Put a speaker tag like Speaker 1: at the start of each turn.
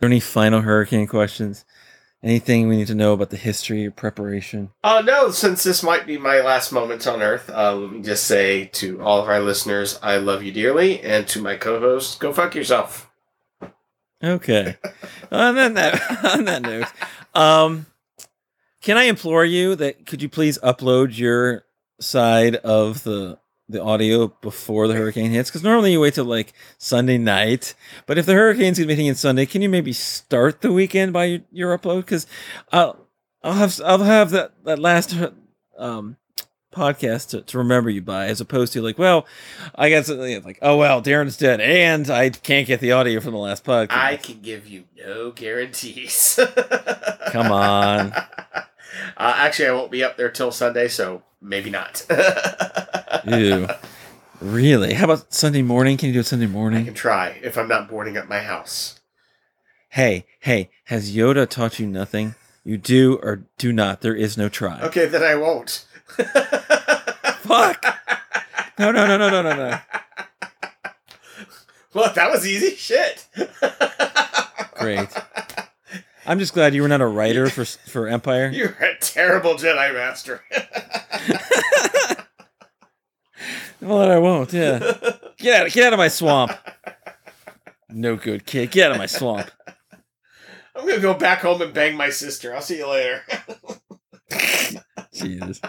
Speaker 1: there any final hurricane questions? Anything we need to know about the history preparation?
Speaker 2: Uh, no, since this might be my last moments on Earth, uh, let me just say to all of our listeners, I love you dearly, and to my co-host, go fuck yourself.
Speaker 1: Okay. on that note, on that note, um, can I implore you that could you please upload your side of the the audio before the hurricane hits? Because normally you wait till like Sunday night, but if the hurricane's gonna be hitting on Sunday, can you maybe start the weekend by your, your upload? Because I'll I'll have I'll have that that last um podcast to, to remember you by as opposed to like well i got something it's like oh well darren's dead and i can't get the audio from the last podcast
Speaker 2: I can give you no guarantees.
Speaker 1: come on
Speaker 2: Uh, actually, I won't be up there till Sunday, so maybe not.
Speaker 1: Ew. Really? How about Sunday morning? Can you do it Sunday
Speaker 2: I
Speaker 1: morning?
Speaker 2: can try if I'm not boarding up my house.
Speaker 1: Hey, hey, has Yoda taught you nothing? You do or do not. There is no try.
Speaker 2: Okay, then I won't.
Speaker 1: Fuck. No, no, no, no, no, no, no.
Speaker 2: Well, that was easy shit.
Speaker 1: Great. I'm just glad you were not a writer for for Empire.
Speaker 2: You're a terrible Jedi Master.
Speaker 1: Well, then I won't. Yeah. Get out! Get out of my swamp. No good kid. Get out of my swamp.
Speaker 2: I'm gonna go back home and bang my sister. I'll see you later.
Speaker 1: Jesus.